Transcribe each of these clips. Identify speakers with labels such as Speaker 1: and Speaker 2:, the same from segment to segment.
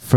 Speaker 1: for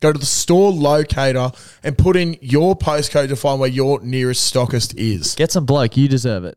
Speaker 2: go to the store locator and put in your postcode to find where your nearest stockist is.
Speaker 1: Get some bloke. You deserve it.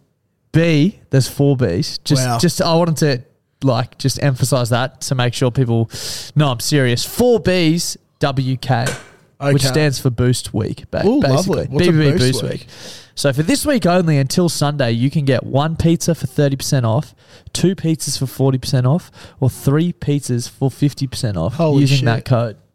Speaker 1: B, there's four B's. Just,
Speaker 2: Wow.
Speaker 1: just I wanted to like just emphasize that to make sure people know I'm serious. Four B's, WK, which
Speaker 2: Okay.
Speaker 1: stands for Boost Week. Ba-
Speaker 2: Ooh,
Speaker 1: basically,
Speaker 2: lovely. What's a
Speaker 1: BBB
Speaker 2: Boost
Speaker 1: Boost,
Speaker 2: Week?
Speaker 1: week? So for this week only, until Sunday, you can get one pizza for thirty percent off, two pizzas for forty percent off, or three pizzas for fifty percent off
Speaker 2: Holy
Speaker 1: using
Speaker 2: shit.
Speaker 1: that code.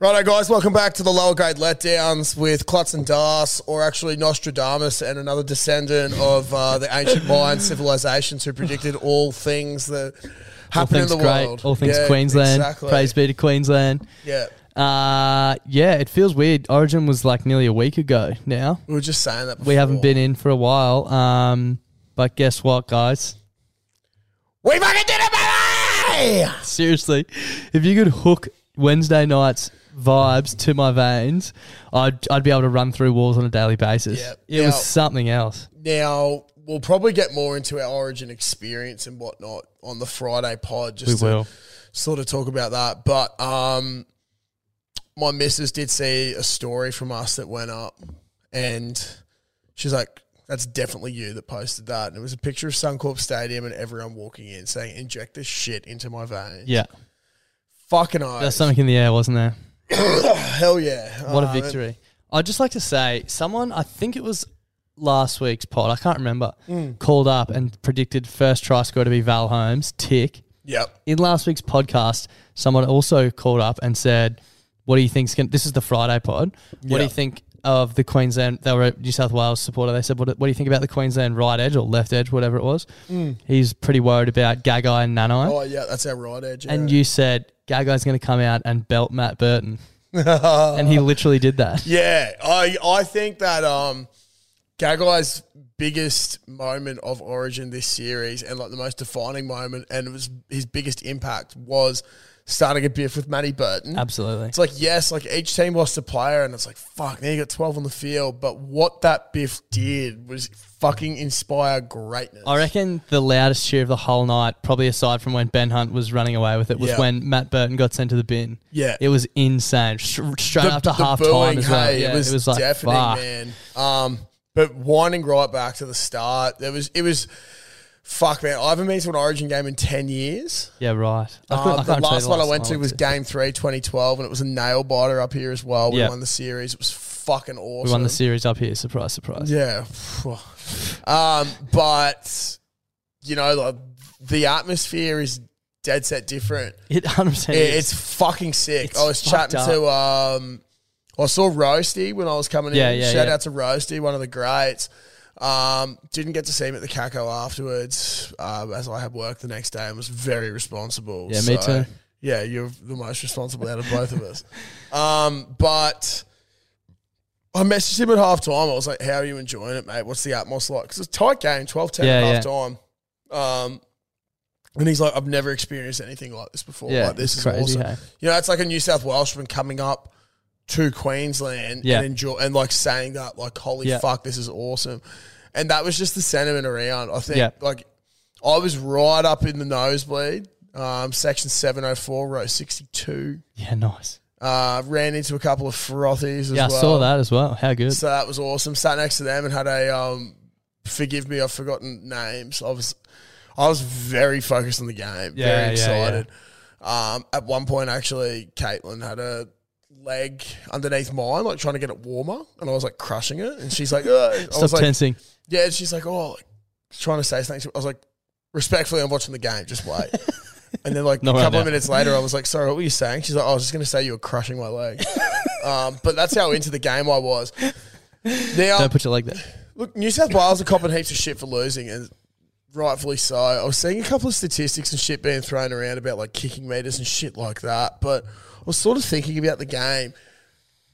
Speaker 2: Righto, guys, welcome back to the lower grade letdowns with Klutz and Das, or actually Nostradamus and another descendant of uh, the ancient Mayan civilizations who predicted all things that happen in the world.
Speaker 1: All things
Speaker 2: Yeah,
Speaker 3: Queensland. Praise be to Queensland.
Speaker 2: Yeah,
Speaker 3: Uh, yeah, it feels weird. Origin was like nearly a week ago now.
Speaker 2: we were just saying that. Before.
Speaker 3: We haven't been in for a while. Um, but guess what, guys?
Speaker 2: We fucking did it, baby!
Speaker 3: Seriously, if you could hook Wednesday night's vibes to my veins, I'd, I'd be able to run through walls on a daily basis.
Speaker 2: Yep.
Speaker 3: It
Speaker 2: Now-
Speaker 3: was something else.
Speaker 2: Now we'll probably get more into our origin experience and whatnot on the Friday pod. Just to sort of talk about that. But um, my missus did see a story from us that went up, and she's like, "That's definitely you that posted that." And it was a picture of Suncorp Stadium and everyone walking in saying, "Inject this shit into my veins."
Speaker 3: Yeah.
Speaker 2: Fucking oath.
Speaker 3: There's something in the air, wasn't there?
Speaker 2: Hell yeah!
Speaker 3: What a
Speaker 2: Um,
Speaker 3: victory. I'd just like to say someone, I think it was last week's pod, I can't remember, called up and predicted first try score to be Val Holmes, tick.
Speaker 2: Yep.
Speaker 3: In last week's podcast, someone also called up and said, What do you think's going This is the Friday pod. What do
Speaker 2: Yeah.
Speaker 3: you think of the Queensland? They were a New South Wales supporter. They said, what, what do you think about the Queensland right edge or left edge, whatever it was? He's pretty worried about Gagai and Nanai.
Speaker 2: Oh yeah, that's our right edge.
Speaker 3: And
Speaker 2: yeah.
Speaker 3: you said, Gagai's going to come out and belt Matt Burton. and he literally did that.
Speaker 2: Yeah, I I think that um, Gagai's biggest moment of origin this series and like the most defining moment and it was his biggest impact was
Speaker 3: starting a biff with Matty Burton.
Speaker 1: Absolutely.
Speaker 3: It's like, yes, like each team lost a player, and it's like, fuck, now you got 12 on the field. But what that biff did was fucking inspire greatness.
Speaker 1: I reckon the loudest cheer of the whole night, probably aside from when Ben Hunt was running away with it, was
Speaker 3: Yeah.
Speaker 1: when Matt Burton got sent to the bin.
Speaker 3: Yeah.
Speaker 1: It was insane. Sh- Straight
Speaker 3: The-
Speaker 1: after
Speaker 3: the
Speaker 1: half
Speaker 3: booing,
Speaker 1: time as well.
Speaker 3: hey,
Speaker 1: yeah,
Speaker 3: it, was
Speaker 1: like,
Speaker 3: deafening,
Speaker 1: fuck.
Speaker 3: man. Um, but winding right back to the start, there was it was fuck, man. I haven't been to an Origin game in ten years.
Speaker 1: Yeah, right. I couldn't- I
Speaker 3: Um,
Speaker 1: can't
Speaker 3: the
Speaker 1: tell you
Speaker 3: last one I went
Speaker 1: time
Speaker 3: to was Game Three, 2012, and it was a nail biter up here as well. We
Speaker 1: Yeah.
Speaker 3: won the series. It was fucking awesome.
Speaker 1: We won the series up here. Surprise, surprise.
Speaker 3: Yeah. um, but you know, like the atmosphere is dead set different.
Speaker 1: It 100%
Speaker 3: Yeah,
Speaker 1: is.
Speaker 3: it's fucking sick.
Speaker 1: It's
Speaker 3: I was
Speaker 1: fucked
Speaker 3: chatting to um, I saw Roasty when I was coming
Speaker 1: Yeah,
Speaker 3: in.
Speaker 1: yeah,
Speaker 3: Shout
Speaker 1: yeah.
Speaker 3: out to Roasty, one of the greats. Um, didn't get to see him at the Caco afterwards, um, as I had work the next day and was very responsible.
Speaker 1: Yeah, me
Speaker 3: So,
Speaker 1: too.
Speaker 3: Yeah, you're the most responsible out of both of us. Um, but I messaged him at halftime. I was like, "How are you enjoying it, mate? What's the atmosphere like?" Because it's a tight game, 12-10
Speaker 1: Yeah, yeah.
Speaker 3: at halftime. Um, and he's like, "I've never experienced anything like this before.
Speaker 1: Yeah,
Speaker 3: like this
Speaker 1: it's
Speaker 3: is
Speaker 1: crazy,
Speaker 3: awesome."
Speaker 1: hey?
Speaker 3: You know, it's like a New South Welshman coming up to Queensland
Speaker 1: Yeah.
Speaker 3: and enjoy and like saying that, like, holy
Speaker 1: Yeah.
Speaker 3: fuck, this is awesome. And that was just the sentiment around. I think
Speaker 1: Yeah.
Speaker 3: like I was right up in the nosebleed, um, section seven oh four, row sixty two.
Speaker 1: Yeah, nice.
Speaker 3: Uh, ran into a couple of frothies as
Speaker 1: Yeah,
Speaker 3: well.
Speaker 1: I saw that as well. How good.
Speaker 3: So that was awesome. Sat next to them and had a um, forgive me, I've forgotten names. I was I was very focused on the game,
Speaker 1: Yeah, yeah,
Speaker 3: very excited. Um, at one point, actually, Caitlin had a leg underneath mine, like trying to get it warmer, and I was like crushing it. And she's like, "Ugh." I
Speaker 1: Stop
Speaker 3: was like,
Speaker 1: tensing.
Speaker 3: yeah, and she's like, oh, like, trying to say something. To I was like, respectfully, I'm watching the game. Just wait. And then, like
Speaker 1: Not
Speaker 3: a
Speaker 1: right
Speaker 3: couple of
Speaker 1: now.
Speaker 3: minutes later, I was like, "Sorry, what were you saying?" She's like, "Oh, "I was just going to say you were crushing my leg." um, but that's how into the game I was. Now, Oh.
Speaker 1: Don't put your leg there.
Speaker 3: look, New South Wales are copping heaps of shit for losing, and rightfully so. I was seeing a couple of statistics and shit being thrown around about like kicking meters and shit like that. But I was sort of thinking about the game.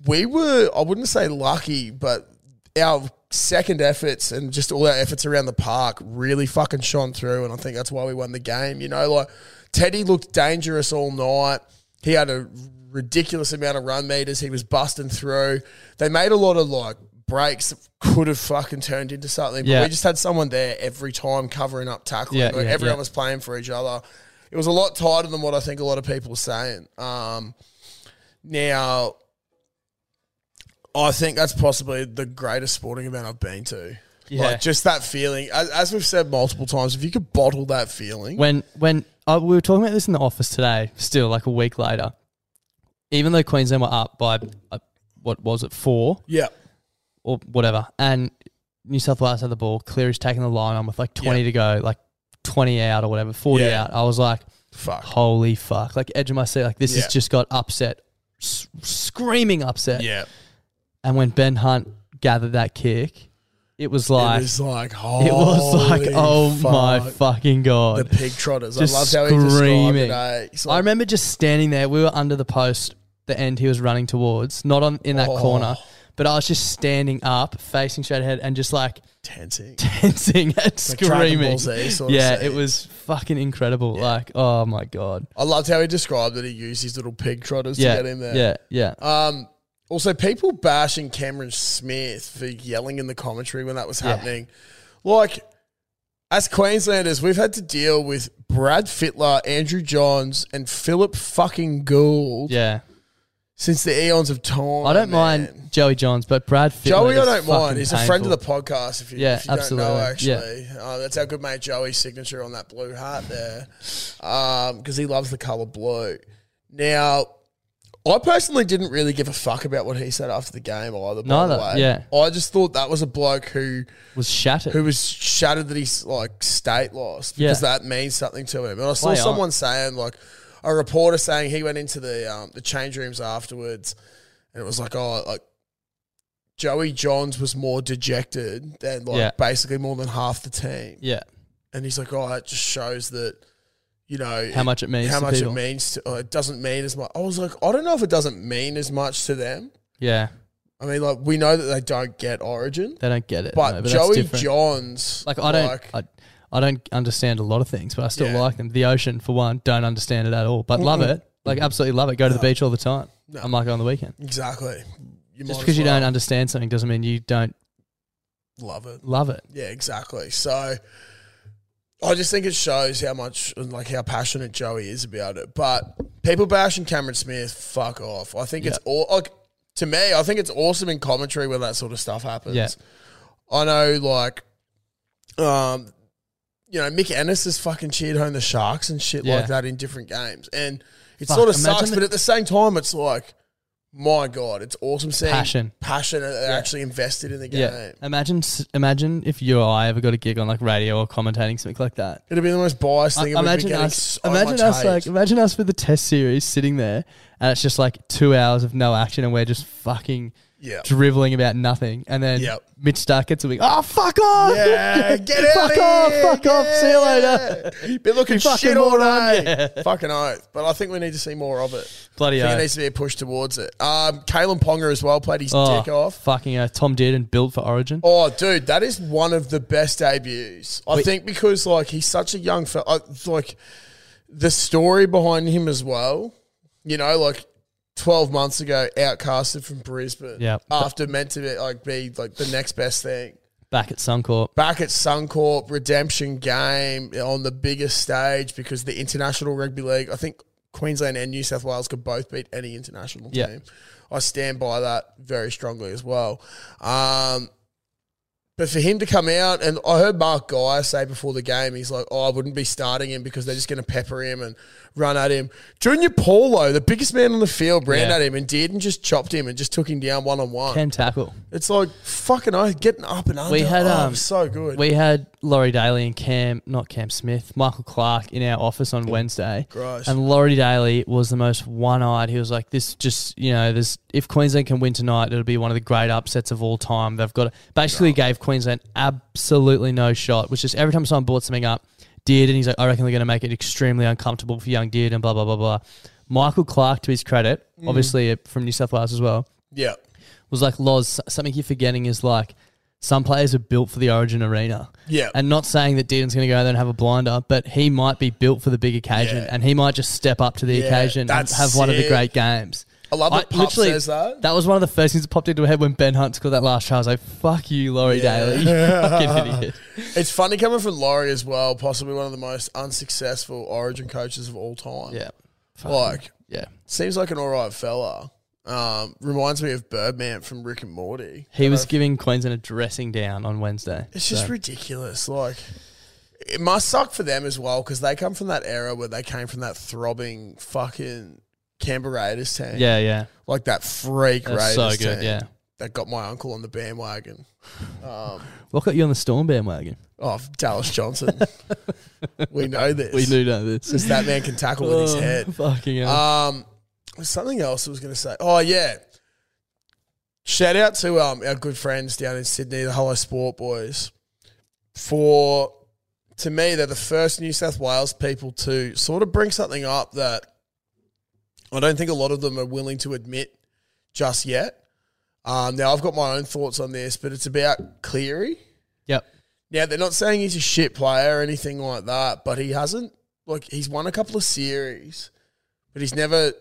Speaker 3: We were, I wouldn't say lucky, but our second efforts and just all our efforts around the park really fucking shone through. And I think that's why we won the game. You know, like Teddy looked dangerous all night. He had a ridiculous amount of run meters. He was busting through. They made a lot of like breaks that could have fucking turned into something. But
Speaker 1: Yeah.
Speaker 3: we just had someone there every time covering up tackling.
Speaker 1: Yeah,
Speaker 3: Like,
Speaker 1: yeah,
Speaker 3: everyone
Speaker 1: yeah.
Speaker 3: was playing for each other. It was a lot tighter than what I think a lot of people were saying. Um, now, I think that's possibly the greatest sporting event I've been to.
Speaker 1: Yeah.
Speaker 3: Like just that feeling, as, as we've said multiple times, if you could bottle that feeling,
Speaker 1: when when uh, we were talking about this in the office today, still like a week later, even though Queensland were up by uh, what was it four
Speaker 3: yeah,
Speaker 1: or whatever, and New South Wales had the ball, Cleary's taking the line on with like twenty to go, like twenty out or whatever, forty
Speaker 3: Yeah.
Speaker 1: out. I was like,
Speaker 3: fuck,
Speaker 1: holy fuck! Like edge of my seat, like this
Speaker 3: Yeah.
Speaker 1: has just got upset, s- screaming upset.
Speaker 3: yeah,
Speaker 1: And when Ben Hunt gathered that kick, it was like.
Speaker 3: it was like,
Speaker 1: it was like,
Speaker 3: holy
Speaker 1: oh my
Speaker 3: fuck.
Speaker 1: fucking
Speaker 3: the
Speaker 1: god!
Speaker 3: pig trotters.
Speaker 1: Just
Speaker 3: I loved how he described
Speaker 1: screaming.
Speaker 3: it. eh? He's
Speaker 1: I
Speaker 3: like,
Speaker 1: remember just standing there. We were under the post, the end he was running towards, not on in that
Speaker 3: Oh.
Speaker 1: corner, but I was just standing up, facing straight ahead, and just like
Speaker 3: tensing.
Speaker 1: tensing and
Speaker 3: Dragon
Speaker 1: screaming.
Speaker 3: Ball Z sort of
Speaker 1: yeah, it
Speaker 3: scene.
Speaker 1: was fucking incredible. Like, oh my god.
Speaker 3: I loved how he described that he used his little pig trotters
Speaker 1: Yeah,
Speaker 3: to get in there.
Speaker 1: yeah, yeah.
Speaker 3: Um, also, people bashing Cameron Smith for yelling in the commentary when that was
Speaker 1: Yeah.
Speaker 3: happening. Like, as Queenslanders, we've had to deal with Brad Fittler, Andrew Johns, and Philip fucking Gould
Speaker 1: yeah.
Speaker 3: since the eons of time.
Speaker 1: I don't
Speaker 3: Oh, man.
Speaker 1: mind Joey Johns, but Brad Fittler
Speaker 3: Joey, I
Speaker 1: is
Speaker 3: don't mind.
Speaker 1: fucking
Speaker 3: He's a friend of the
Speaker 1: painful.
Speaker 3: podcast. If you,
Speaker 1: Yeah,
Speaker 3: if you don't know,
Speaker 1: absolutely. Yeah.
Speaker 3: actually, uh, that's our good mate Joey's signature on that blue heart there, because he loves the color blue. Now, I personally didn't really give a fuck about what he said after the game either. By
Speaker 1: Neither,
Speaker 3: the way,
Speaker 1: yeah.
Speaker 3: I just thought that was a bloke who
Speaker 1: was shattered.
Speaker 3: who was shattered that he's like state lost because
Speaker 1: Yeah.
Speaker 3: that means something to him. And I saw
Speaker 1: Play on.
Speaker 3: someone saying like a reporter saying he went into the um, the change rooms afterwards, and it was like oh like Joey Johns was more dejected than like
Speaker 1: Yeah.
Speaker 3: basically more than half the team,
Speaker 1: yeah.
Speaker 3: and he's like oh it just shows that. You know
Speaker 1: How much it means
Speaker 3: How
Speaker 1: to
Speaker 3: much
Speaker 1: people.
Speaker 3: it means to, or it doesn't mean as much. I was like, I don't know if it doesn't mean as much to them.
Speaker 1: Yeah.
Speaker 3: I mean, like we know that they don't get Origin,
Speaker 1: They don't get it.
Speaker 3: but,
Speaker 1: no, that's
Speaker 3: Joey
Speaker 1: different.
Speaker 3: Johns,
Speaker 1: Like I don't, I, I don't understand a lot of things, but I still
Speaker 3: Yeah.
Speaker 1: like them. The ocean, for one, don't understand it at all, but love it. Like absolutely love it. Go to the beach all the time. I'm like on the weekend.
Speaker 3: Exactly. You
Speaker 1: Just
Speaker 3: might
Speaker 1: because
Speaker 3: as
Speaker 1: you
Speaker 3: well
Speaker 1: don't understand something doesn't mean you don't
Speaker 3: love it.
Speaker 1: love it.
Speaker 3: Yeah, exactly. So I just think it shows how much and like how passionate Joey is about it. But people bashing Cameron Smith, fuck off. I think it's all like to me, I think it's awesome in commentary when that sort of stuff happens.
Speaker 1: Yeah.
Speaker 3: I know like um you know, Mick Ennis has fucking cheered home the sharks and shit
Speaker 1: Yeah.
Speaker 3: like that in different games. And it
Speaker 1: Fuck,
Speaker 3: sort of
Speaker 1: imagine
Speaker 3: sucks,
Speaker 1: the-
Speaker 3: but at the same time it's like my God, it's awesome seeing
Speaker 1: Passion.
Speaker 3: passion that they're actually invested in the game.
Speaker 1: Yeah. Imagine s- imagine if you or I ever got a gig on like radio or commentating something like that.
Speaker 3: It'd be the most biased thing.
Speaker 1: I-
Speaker 3: and we'd be
Speaker 1: imagine
Speaker 3: getting
Speaker 1: us,
Speaker 3: so much
Speaker 1: imagine us
Speaker 3: hate.
Speaker 1: like, imagine us with the test series sitting there, and it's just like two hours of no action, and we're just fucking
Speaker 3: Yeah.
Speaker 1: driveling about nothing. And then
Speaker 3: Yep.
Speaker 1: Mitch Stark gets a wing. Oh fuck off!
Speaker 3: yeah, get out
Speaker 1: fuck
Speaker 3: of
Speaker 1: off!
Speaker 3: here,
Speaker 1: Fuck off! See you later.
Speaker 3: yeah. Been looking
Speaker 1: Fucking
Speaker 3: shit all
Speaker 1: moron,
Speaker 3: day. Fucking oath. But I think we need to see more of it.
Speaker 1: Bloody uh,
Speaker 3: I
Speaker 1: oath.
Speaker 3: think there needs to be a push towards it. Um, Kalen Ponga as well played his
Speaker 1: Oh,
Speaker 3: dick off.
Speaker 1: Fucking uh, Tom Dearden built for Origin.
Speaker 3: Oh, dude, that is one of the best debuts. I
Speaker 1: Wait.
Speaker 3: think because like he's such a young fella, like the story behind him as well. You know, like twelve months ago, outcasted from Brisbane.
Speaker 1: Yeah.
Speaker 3: after meant to be like be like the next best thing.
Speaker 1: Back at Suncorp.
Speaker 3: back at Suncorp redemption game on the biggest stage because the international rugby league, I think Queensland and New South Wales could both beat any international
Speaker 1: Yeah.
Speaker 3: team. I stand by that very strongly as well. Um, but for him to come out, and I heard Mark Guy say before the game, he's like, "Oh, I wouldn't be starting him because they're just going to pepper him and run at him." Junior Paulo, the biggest man on the field, ran
Speaker 1: Yeah.
Speaker 3: at him and did, and just chopped him and just took him down one on one.
Speaker 1: Can tackle.
Speaker 3: It's like fucking, I getting up and under.
Speaker 1: We had,
Speaker 3: Oh, it
Speaker 1: um,
Speaker 3: was so good.
Speaker 1: We had Laurie Daly and Cam, not Cam Smith, Michael Clark in our office on Wednesday.
Speaker 3: Christ.
Speaker 1: And Laurie Daly was the most one eyed. He was like, This just, you know, this if Queensland can win tonight, it'll be one of the great upsets of all time. They've got basically gave Queensland absolutely no shot, which is every time someone brought something up, did and he's like, I reckon they're gonna make it extremely uncomfortable for young Deard and blah blah blah blah. Michael Clark, to his credit, obviously uh, from New South Wales as well,
Speaker 3: Yeah.
Speaker 1: was like Loz. s- Something you're forgetting is like some players are built for the Origin arena.
Speaker 3: Yeah.
Speaker 1: and not saying that Deaton's going to go there and have a blinder, but he might be built for the big occasion,
Speaker 3: Yeah.
Speaker 1: and he might just step up to the
Speaker 3: Yeah,
Speaker 1: occasion and
Speaker 3: that's
Speaker 1: have one of the
Speaker 3: sick.
Speaker 1: great games.
Speaker 3: I love that Pup
Speaker 1: literally-
Speaker 3: says that.
Speaker 1: was one of the first things that popped into my head when Ben Hunt scored that last try. I was like, "Fuck you, Laurie Daly, you fucking idiot."
Speaker 3: It's funny coming from Laurie as well, possibly one of the most unsuccessful origin coaches of all time.
Speaker 1: Yeah,
Speaker 3: Like,
Speaker 1: yeah.
Speaker 3: seems like an all right fella. Um, reminds me of Birdman from Rick and Morty.
Speaker 1: He was giving Queensland a dressing down on Wednesday.
Speaker 3: uh, It's just ridiculous. Like, it must suck for them as well because they come from that era where they came from that throbbing fucking Canberra Raiders team.
Speaker 1: Yeah, yeah.
Speaker 3: Like that freak
Speaker 1: That's
Speaker 3: Raiders
Speaker 1: so good,
Speaker 3: team
Speaker 1: yeah.
Speaker 3: That got my uncle on the bandwagon.
Speaker 1: What got you on the Storm bandwagon?
Speaker 3: Oh, Dallas Johnson. we know this.
Speaker 1: We knew that. This
Speaker 3: Just that man can tackle with his head.
Speaker 1: Oh, Fucking hell.
Speaker 3: Um, something else I was going to say. Oh yeah, shout out to um our good friends down in Sydney, the Hello Sport Boys, for to me they're the first New South Wales people to sort of bring something up that I don't think a lot of them are willing to admit just yet. Um, now I've got my own thoughts on this, but it's about Cleary.
Speaker 1: yep.
Speaker 3: Now they're not saying he's a shit player or anything like that, but he hasn't like he's won a couple of series, but he's never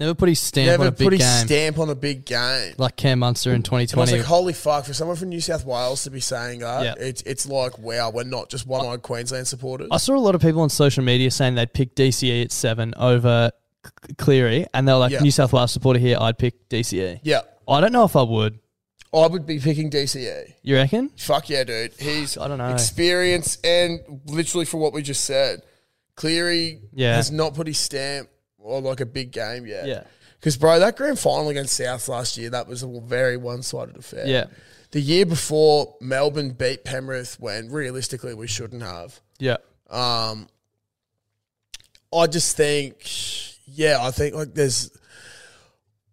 Speaker 1: Never put his stamp on
Speaker 3: never
Speaker 1: a big
Speaker 3: put his
Speaker 1: game.
Speaker 3: stamp on a big game.
Speaker 1: like Cam Munster in
Speaker 3: And I was
Speaker 1: 2020.
Speaker 3: like, holy fuck, for someone from New South Wales to be saying that,
Speaker 1: Yeah.
Speaker 3: it's it's like, wow, we're not just one eyed Queensland supporters.
Speaker 1: I saw a lot of people on social media saying they'd pick DCE at seven over C- Cleary, and they were like,
Speaker 3: Yeah.
Speaker 1: New South Wales supporter here, I'd pick DCE.
Speaker 3: yeah.
Speaker 1: I don't know if I would.
Speaker 3: I would be picking DCA.
Speaker 1: You reckon?
Speaker 3: Fuck yeah, dude. He's
Speaker 1: I don't know.
Speaker 3: experience and literally for what we just said, Cleary
Speaker 1: Yeah.
Speaker 3: has not put his stamp on like a big game yet.
Speaker 1: Yeah.
Speaker 3: Because, bro, that grand final against South last year, that was a very one sided affair.
Speaker 1: Yeah.
Speaker 3: The year before, Melbourne beat Penrith when realistically we shouldn't have.
Speaker 1: Yeah.
Speaker 3: Um, I just think, yeah, I think like there's.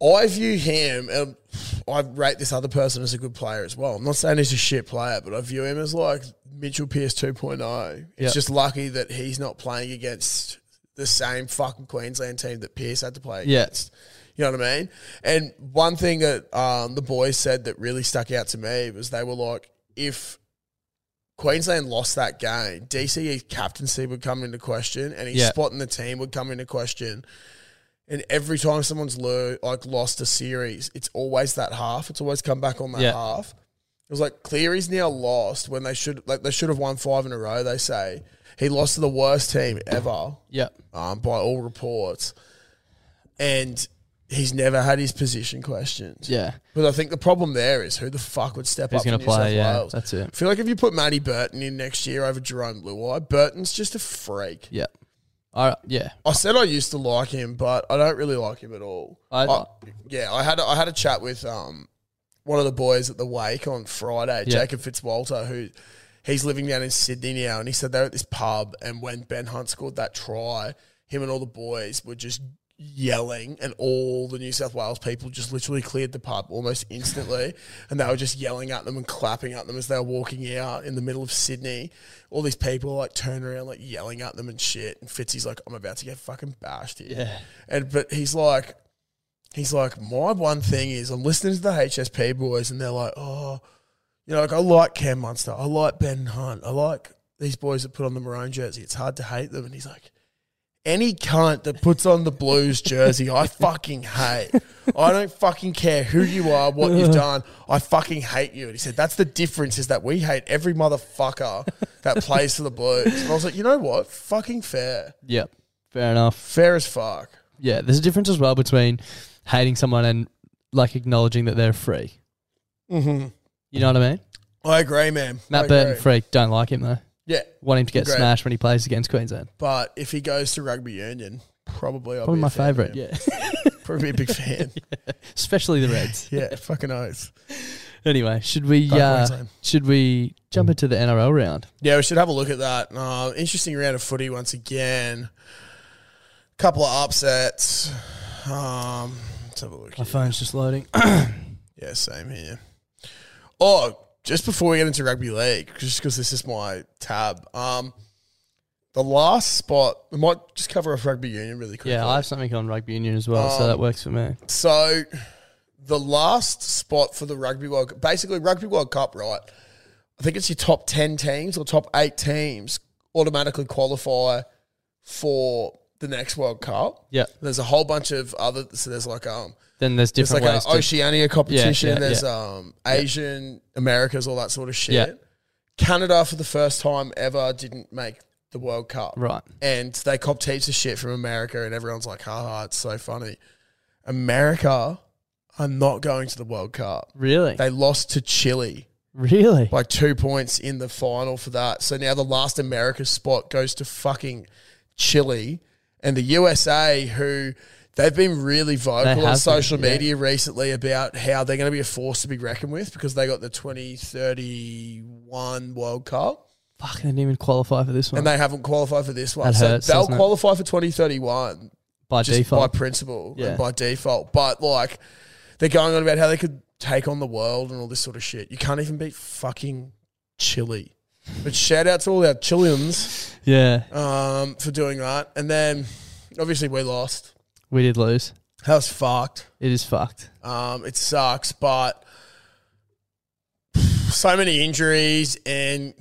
Speaker 3: I view him, and I rate this other person as a good player as well. I'm not saying he's a shit player, but I view him as like Mitchell Pearce 2.0. It's
Speaker 1: Yep.
Speaker 3: just lucky that he's not playing against the same fucking Queensland team that Pearce had to play
Speaker 1: Yeah.
Speaker 3: against. You know what I mean? And one thing that um, the boys said that really stuck out to me was they were like, if Queensland lost that game, DCE's captaincy would come into question and his
Speaker 1: Yeah.
Speaker 3: spot in the team would come into question. And every time someone's lo- like lost a series, it's always that half. It's always come back on that
Speaker 1: Yeah.
Speaker 3: half. It was like Cleary's now lost when they should like they should have won five in a row. They say he lost to the worst team ever
Speaker 1: Yep.
Speaker 3: um, by all reports, and he's never had his position questioned.
Speaker 1: Yeah.
Speaker 3: But I think the problem there is who the fuck would step
Speaker 1: Who's
Speaker 3: up
Speaker 1: gonna
Speaker 3: for New South
Speaker 1: play? Yeah,
Speaker 3: Wales?
Speaker 1: that's it.
Speaker 3: I feel like if you put Matty Burton in next year over Jerome Luai, Burton's just a freak.
Speaker 1: Yep. All right. Yeah.
Speaker 3: I said I used to like him, but I don't really like him at all.
Speaker 1: I-
Speaker 3: yeah, I had a, I had a chat with um one of the boys at the wake on Friday,
Speaker 1: Yeah.
Speaker 3: Jacob Fitzwalter, who he's living down in Sydney now, and he said they're at this pub, and when Ben Hunt scored that try, him and all the boys were just yelling, and all the New South Wales people just literally cleared the pub almost instantly, and they were just yelling at them and clapping at them as they were walking out in the middle of Sydney. All these people like turn around, like yelling at them and shit, and Fitzy's like, "I'm about to get fucking bashed here,"
Speaker 1: Yeah.
Speaker 3: and but he's like. He's like, my one thing is I'm listening to the HSP boys and they're like, oh, you know, like I like Cam Munster, I like Ben Hunt, I like these boys that put on the maroon jersey. It's hard to hate them. And he's like, any cunt that puts on the blues jersey, I fucking hate. I don't fucking care who you are, what you've done. I fucking hate you. And he said, that's the difference is that we hate every motherfucker that plays for the blues. And I was like, you know what? Fucking fair.
Speaker 1: Yep. Fair enough.
Speaker 3: Fair as fuck.
Speaker 1: Yeah. There's a difference as well between hating someone and like acknowledging that they're free.
Speaker 3: Mm-hmm.
Speaker 1: You know what I mean?
Speaker 3: I agree, man. I
Speaker 1: Matt
Speaker 3: agree.
Speaker 1: Burton, freak. Don't like him though.
Speaker 3: Yeah.
Speaker 1: Want him to get
Speaker 3: Great.
Speaker 1: smashed when he plays against Queensland.
Speaker 3: But if he goes to rugby union, probably I'll
Speaker 1: Probably
Speaker 3: be a
Speaker 1: my
Speaker 3: fan of
Speaker 1: favourite.
Speaker 3: him.
Speaker 1: Yeah.
Speaker 3: Probably be a big fan.
Speaker 1: Especially the Reds.
Speaker 3: yeah, fucking oath.
Speaker 1: Anyway, should we
Speaker 3: Go
Speaker 1: uh,
Speaker 3: Queensland.
Speaker 1: should we jump into the NRL round?
Speaker 3: Yeah, we should have a look at that. Uh, interesting round of footy once again. Couple of upsets. Um, let's have a look. here.
Speaker 1: phone's just loading.
Speaker 3: Yeah, same here. Oh, just before we get into rugby league, just because this is my tab. Um, the last spot, we might just cover off rugby union really quickly.
Speaker 1: yeah, I have something on rugby union as well,
Speaker 3: Oh.
Speaker 1: so that works for me.
Speaker 3: So the last spot for the Rugby World basically Rugby World Cup, right? I think it's your top 10 teams or top 8 teams automatically qualify for the next World Cup.
Speaker 1: Yeah.
Speaker 3: There's a whole bunch of other so there's like um
Speaker 1: Then there's
Speaker 3: there's
Speaker 1: different
Speaker 3: like an
Speaker 1: ways. to,
Speaker 3: Oceania competition,
Speaker 1: yeah,
Speaker 3: there's
Speaker 1: yeah.
Speaker 3: um Asian, Americas, all that sort of shit.
Speaker 1: Yeah.
Speaker 3: Canada for the first time ever didn't make the World Cup
Speaker 1: right.
Speaker 3: and they copped heaps of shit from America, and everyone's like, ha ha, it's so funny. America are not going to the World Cup.
Speaker 1: Really?
Speaker 3: They lost to Chile
Speaker 1: really?
Speaker 3: by two points in the final for that. So now the last America spot goes to fucking Chile and the USA, who they've been really
Speaker 1: They
Speaker 3: vocal
Speaker 1: have
Speaker 3: on
Speaker 1: been,
Speaker 3: social
Speaker 1: yeah.
Speaker 3: media recently about how they're going to be a force to be reckoned with because they got the 2031 World Cup
Speaker 1: Fuck, they didn't even qualify for this one
Speaker 3: and they haven't qualified for this one.
Speaker 1: That
Speaker 3: so
Speaker 1: hurts,
Speaker 3: they'll
Speaker 1: doesn't it?
Speaker 3: qualify for 2031
Speaker 1: by
Speaker 3: just
Speaker 1: default.
Speaker 3: by principle
Speaker 1: Yeah.
Speaker 3: and by default. But like they're going on about how they could take on the world and all this sort of shit. You can't even beat fucking Chile. But shout out to all our Chileans
Speaker 1: yeah,
Speaker 3: um, for doing that. And then obviously we lost.
Speaker 1: we did lose.
Speaker 3: That was fucked.
Speaker 1: It is fucked.
Speaker 3: Um, it sucks, but so many injuries and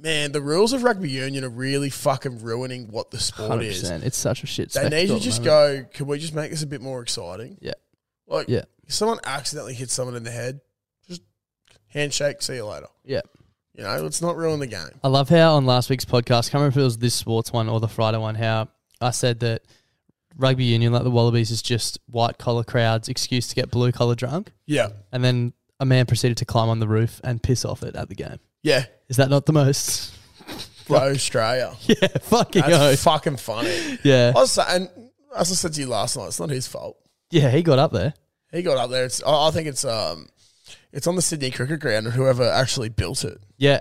Speaker 3: man, the rules of rugby union are really fucking ruining what the sport
Speaker 1: Hundred
Speaker 3: Oh, is.
Speaker 1: percent. It's such a shit.
Speaker 3: They need
Speaker 1: spectacle
Speaker 3: to
Speaker 1: at the
Speaker 3: just
Speaker 1: moment.
Speaker 3: go, can we just make this a bit more exciting?
Speaker 1: Yeah.
Speaker 3: Like
Speaker 1: Yeah.
Speaker 3: if someone accidentally hits someone in the head, just handshake, see you later.
Speaker 1: Yeah.
Speaker 3: You know, let's not ruin the game.
Speaker 1: I love how on last week's podcast, I can't remember if it was this sports one or the Friday one, how I said that rugby union, like the Wallabies, is just white collar crowds' excuse to get blue collar drunk.
Speaker 3: Yeah.
Speaker 1: And then a man proceeded to climb on the roof and piss off it at the game.
Speaker 3: Yeah.
Speaker 1: Is that not the most?
Speaker 3: Go Australia.
Speaker 1: yeah, fucking
Speaker 3: That's
Speaker 1: oath.
Speaker 3: fucking funny.
Speaker 1: yeah.
Speaker 3: I was saying, as I said to you last night, it's not his fault.
Speaker 1: Yeah, he got up there.
Speaker 3: He got up there. It's I I think it's um it's on the Sydney cricket ground and whoever actually built it.
Speaker 1: Yeah.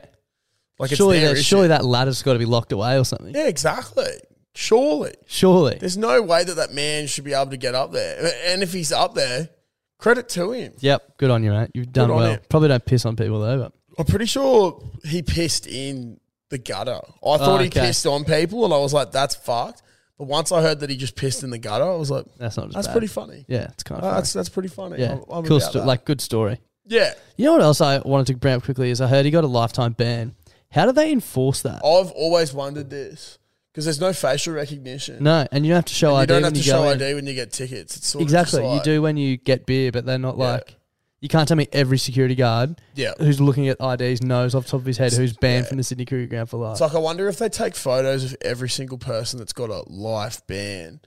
Speaker 3: Like it's
Speaker 1: surely,
Speaker 3: their
Speaker 1: that,
Speaker 3: issue.
Speaker 1: surely that ladder's got to be locked away or something.
Speaker 3: Yeah, exactly. Surely.
Speaker 1: Surely.
Speaker 3: There's no way that that man should be able to get up there. And if he's up there, credit to him.
Speaker 1: Yep. Good on you, mate. You've done
Speaker 3: on
Speaker 1: well.
Speaker 3: you.
Speaker 1: Probably don't piss on people though. But
Speaker 3: I'm pretty sure he pissed in the gutter. I thought he
Speaker 1: okay.
Speaker 3: pissed on people and I was like, that's fucked. But once I heard that he just pissed in the gutter, I was like,
Speaker 1: that's not. As
Speaker 3: that's
Speaker 1: bad.
Speaker 3: pretty funny.
Speaker 1: Yeah, it's kind of.
Speaker 3: Uh, that's that's pretty funny.
Speaker 1: yeah,
Speaker 3: I'm, I'm
Speaker 1: cool.
Speaker 3: about
Speaker 1: Sto-
Speaker 3: that.
Speaker 1: like good story.
Speaker 3: yeah,
Speaker 1: You know what else I wanted to bring
Speaker 3: Oh.
Speaker 1: up quickly is I heard he got a lifetime ban. How do they enforce that?
Speaker 3: I've always wondered this because there's no facial recognition.
Speaker 1: No, and you don't have to show
Speaker 3: you
Speaker 1: ID.
Speaker 3: don't
Speaker 1: when
Speaker 3: have to
Speaker 1: you go
Speaker 3: show
Speaker 1: in.
Speaker 3: ID when you get tickets. It's sort
Speaker 1: Exactly.
Speaker 3: Of just
Speaker 1: you
Speaker 3: like,
Speaker 1: do when you get beer, but they're not
Speaker 3: Yeah.
Speaker 1: like. You can't tell me every security guard
Speaker 3: Yeah.
Speaker 1: who's looking at IDs knows off the top of his head who's banned
Speaker 3: Yeah.
Speaker 1: from the Sydney Cricket Ground for life.
Speaker 3: It's like I wonder if they take photos of every single person that's got a life ban,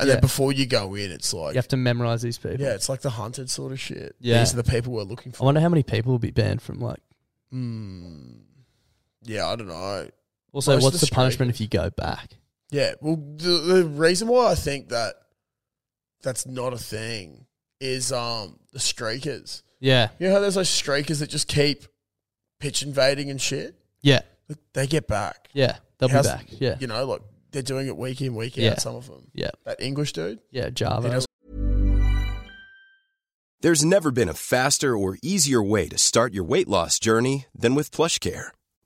Speaker 3: and
Speaker 1: Yeah.
Speaker 3: then before you go in, it's like
Speaker 1: you have to memorize these people.
Speaker 3: yeah, it's like the hunted sort of shit.
Speaker 1: Yeah.
Speaker 3: These are the people we're looking
Speaker 1: I
Speaker 3: for.
Speaker 1: wonder how many people will be banned from like.
Speaker 3: Hmm. Yeah, I don't know.
Speaker 1: Also,
Speaker 3: Most of
Speaker 1: what's
Speaker 3: the
Speaker 1: the punishment if you go back?
Speaker 3: Yeah, well, the, the reason why I think that that's not a thing is um the streakers.
Speaker 1: Yeah,
Speaker 3: You know how there's those streakers that just keep pitch invading and shit.
Speaker 1: yeah,
Speaker 3: They get back.
Speaker 1: yeah. They'll
Speaker 3: How's-
Speaker 1: be back. Yeah,
Speaker 3: You know, like they're doing it week in, week out.
Speaker 1: Yeah.
Speaker 3: Some of them.
Speaker 1: yeah,
Speaker 3: That English dude.
Speaker 1: yeah.
Speaker 3: He
Speaker 1: Java.
Speaker 3: does
Speaker 4: There's never been a faster or easier way to start your weight loss journey than with PlushCare.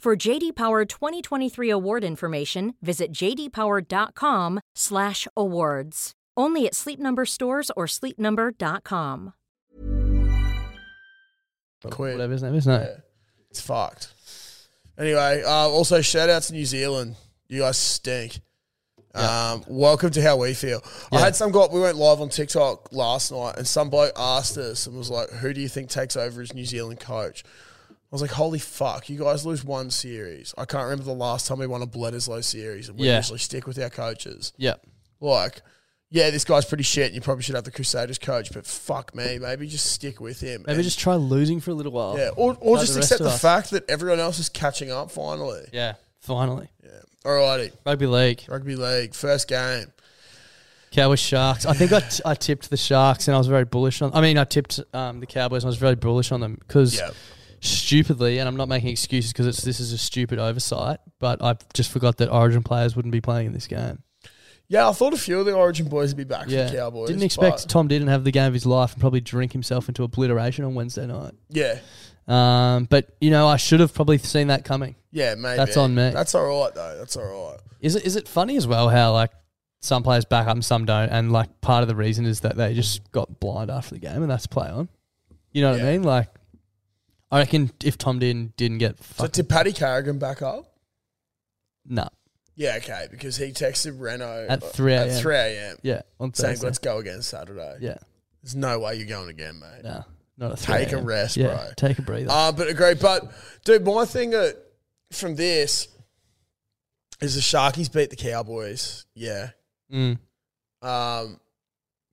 Speaker 5: For JD Power 2023 award information, visit jdpower.com/awards. Only at Sleep Number stores or sleepnumber.com.
Speaker 3: quit.
Speaker 1: Whatever his name is. No.
Speaker 3: Yeah. It's fucked. Anyway, uh, also shout out to New Zealand. You guys stink. Um, welcome to how we feel. I
Speaker 1: Yeah.
Speaker 3: had some guy. We went live on TikTok last night, and some bloke asked us and was like, "Who do you think takes over as New Zealand coach?" I was like, "Holy fuck! You guys lose one series. I can't remember the last time we won a Bledisloe series, and we
Speaker 1: Yeah.
Speaker 3: usually stick with our coaches.
Speaker 1: Yeah.
Speaker 3: Like, yeah, this guy's pretty shit. And you probably should have the Crusaders coach, but fuck me, maybe just stick with him.
Speaker 1: Maybe
Speaker 3: And-
Speaker 1: just try losing for a little while.
Speaker 3: yeah, or, or
Speaker 1: Like
Speaker 3: just
Speaker 1: the rest
Speaker 3: accept
Speaker 1: of
Speaker 3: the
Speaker 1: us.
Speaker 3: fact that everyone else is catching up finally.
Speaker 1: Yeah. Finally,
Speaker 3: Alrighty,
Speaker 1: rugby league.
Speaker 3: rugby league first game.
Speaker 1: Cowboys Sharks. I think I, t- I tipped the Sharks and I was very bullish on. I mean, I tipped um, the Cowboys and I was very bullish on them because
Speaker 3: Yeah,
Speaker 1: stupidly, and I'm not making excuses because it's this is a stupid oversight, but I just forgot that Origin players wouldn't be playing in this game.
Speaker 3: yeah. I thought a few of the Origin boys would be back
Speaker 1: yeah,
Speaker 3: for the Cowboys.
Speaker 1: didn't expect
Speaker 3: but-
Speaker 1: Tom didn't have the game of his life and probably drink himself into obliteration on Wednesday night.
Speaker 3: yeah,
Speaker 1: Um, but you know, I should have probably seen that coming.
Speaker 3: yeah. Maybe
Speaker 1: That's on me.
Speaker 3: That's all right though. That's all right.
Speaker 1: Is it is it funny as well how like some players back up and some don't, and like part of the reason is that they just got blind after the game, and that's play on. You know what
Speaker 3: Yeah.
Speaker 1: I mean? Like, I reckon if Tom didn't didn't get
Speaker 3: So
Speaker 1: fucked,
Speaker 3: did Paddy Carrigan back up?
Speaker 1: nah,
Speaker 3: Yeah, okay, because he texted Reno
Speaker 1: At
Speaker 3: uh,
Speaker 1: 3
Speaker 3: at
Speaker 1: a.m..
Speaker 3: three a.m.
Speaker 1: yeah, on
Speaker 3: saying
Speaker 1: Thursday,
Speaker 3: let's go again Saturday.
Speaker 1: yeah,
Speaker 3: There's no way you're going again, mate.
Speaker 1: nah, not a
Speaker 3: Take
Speaker 1: three
Speaker 3: a
Speaker 1: AM.
Speaker 3: rest,
Speaker 1: yeah,
Speaker 3: bro.
Speaker 1: Take a breather.
Speaker 3: Uh, but agree. But dude, my thing uh, from this is the Sharkies beat the Cowboys. Yeah.
Speaker 1: mm.
Speaker 3: Um,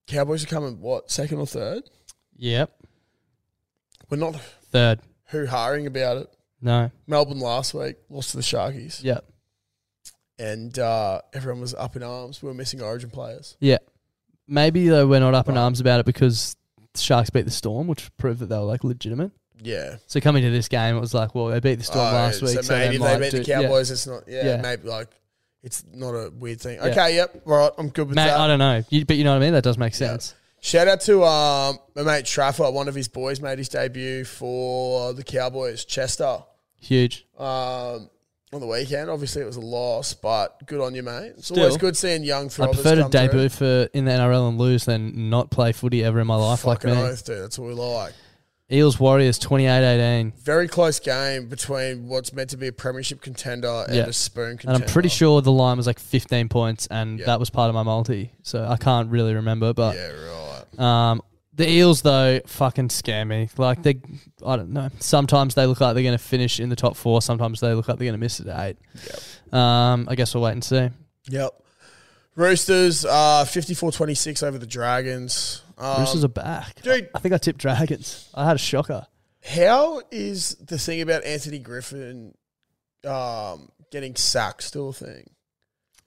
Speaker 3: Cowboys are coming what second or third?
Speaker 1: Yep.
Speaker 3: We're not
Speaker 1: Third.
Speaker 3: hoo haring about it.
Speaker 1: No.
Speaker 3: Melbourne last week lost to the Sharkies,
Speaker 1: Yep.
Speaker 3: and uh, everyone was up in arms. We were missing Origin players.
Speaker 1: Yeah. Maybe though we're not up in arms about it because the Sharks beat the Storm, which proved that they were like legitimate.
Speaker 3: Yeah,
Speaker 1: So coming to this game, it was like, well, they beat the Storm
Speaker 3: Oh,
Speaker 1: last week,
Speaker 3: So
Speaker 1: so,
Speaker 3: maybe
Speaker 1: they, might
Speaker 3: if they beat
Speaker 1: do,
Speaker 3: the Cowboys. It's not. Yeah,
Speaker 1: Yeah.
Speaker 3: maybe like it's not a weird thing.
Speaker 1: Yeah.
Speaker 3: Okay, yep, all right, I'm good
Speaker 1: Yeah.
Speaker 3: with
Speaker 1: Mate,
Speaker 3: that.
Speaker 1: I don't know, you, but you know what I mean. That does make sense.
Speaker 3: Shout out to um, my mate Trafford. One of his boys made his debut for the Cowboys, Chester.
Speaker 1: Huge.
Speaker 3: um, on the weekend. Obviously, it was a loss, but good on you, mate. It's
Speaker 1: Still,
Speaker 3: always good seeing young
Speaker 1: I
Speaker 3: throbbers.
Speaker 1: prefer to
Speaker 3: come through.
Speaker 1: debut for in the NRL and lose than not play footy ever in my life.
Speaker 3: Fucking
Speaker 1: like me,
Speaker 3: oath, dude. That's what we like.
Speaker 1: Eels Warriors 28-18.
Speaker 3: Very close game between what's meant to be a premiership contender and
Speaker 1: Yeah.
Speaker 3: a spoon
Speaker 1: and
Speaker 3: contender.
Speaker 1: I'm pretty sure the line was like 15 points, and
Speaker 3: Yeah.
Speaker 1: that was part of my multi. So I can't really remember, but
Speaker 3: Yeah, right.
Speaker 1: Um, the Eels though fucking scare me. Like they, I don't know. Sometimes they look like they're going to finish in the top four. Sometimes they look like they're going to miss it at eight. Um, I guess we'll wait and see.
Speaker 3: Yep. Roosters, uh, 54-26 over the Dragons. Um,
Speaker 1: Roosters are back.
Speaker 3: dude.
Speaker 1: I think I tipped Dragons. I had a shocker.
Speaker 3: How is the thing about Anthony Griffin um, getting sacked still a thing?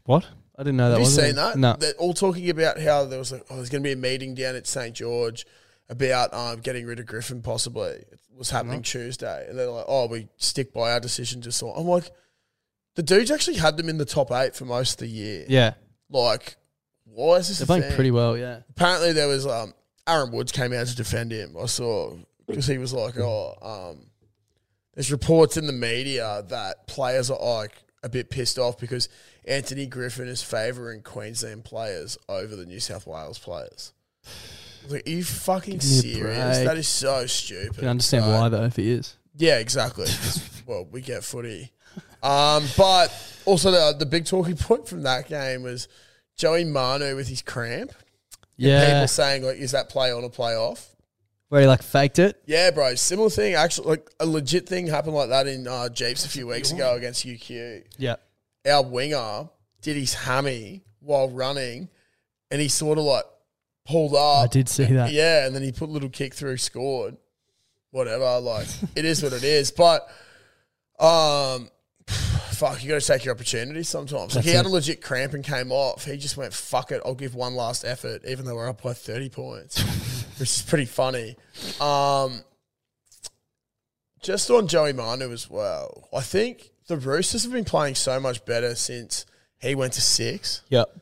Speaker 1: What? I didn't know that.
Speaker 3: Have you
Speaker 1: was a
Speaker 3: seen
Speaker 1: thing.
Speaker 3: that?
Speaker 1: No.
Speaker 3: They're all talking about how there was like, oh, there's going to be a meeting down at St. George about um, getting rid of Griffin possibly. It was happening
Speaker 1: Mm-hmm.
Speaker 3: Tuesday. And they're like, oh, we stick by our decision to sort. I'm like, the dude's actually had them in the top eight for most of the year.
Speaker 1: yeah,
Speaker 3: Like, why is this
Speaker 1: they're
Speaker 3: a
Speaker 1: playing
Speaker 3: thing?
Speaker 1: pretty well. Yeah.
Speaker 3: apparently there was um Aaron Woods came out to defend him. I saw because he was like, oh, um, there's reports in the media that players are like a bit pissed off because Anthony Griffin is favouring Queensland players over the New South Wales players. I was Like, are you fucking
Speaker 1: Give me a
Speaker 3: serious?
Speaker 1: break.
Speaker 3: That is so stupid.
Speaker 1: I can understand why though if he is.
Speaker 3: Yeah, exactly. well, we get footy. Um, but also the the big talking point from that game was Joey Manu with his cramp
Speaker 1: Yeah.
Speaker 3: people saying like, is that play on or play off?
Speaker 1: Where he like faked it.
Speaker 3: Yeah, bro. Similar thing, actually, like a legit thing happened like that in uh, Jeeps a few weeks ago against UQ.
Speaker 1: Yeah.
Speaker 3: Our winger did his hammy while running, and he sort of like pulled up.
Speaker 1: I did see that.
Speaker 3: Yeah, and then he put a little kick through, scored. Whatever, like it is what it is. But um, fuck, you got to take your opportunities sometimes. Like he had a legit cramp and came off. He just went, "Fuck it, I'll give one last effort," even though we're up by thirty points, which is pretty funny. Um, just on Joey Manu as well. I think the Roosters have been playing so much better since he went to six.
Speaker 1: Yep.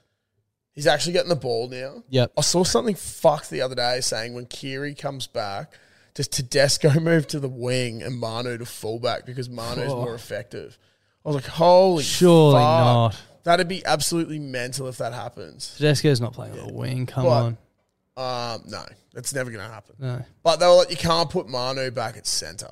Speaker 3: He's actually getting the ball now.
Speaker 1: Yep.
Speaker 3: I saw something fucked the other day saying when Kiri comes back, does Tedesco move to the wing and Manu to fullback because Manu's
Speaker 1: Oh.
Speaker 3: more effective? I was like, holy
Speaker 1: Surely
Speaker 3: fuck.
Speaker 1: not.
Speaker 3: That'd be absolutely mental if that happens.
Speaker 1: Tedesco's not playing on the wing. Come
Speaker 3: But-
Speaker 1: on.
Speaker 3: Um, no, that's never going to happen.
Speaker 1: No.
Speaker 3: But they were like, you can't put Manu back at centre.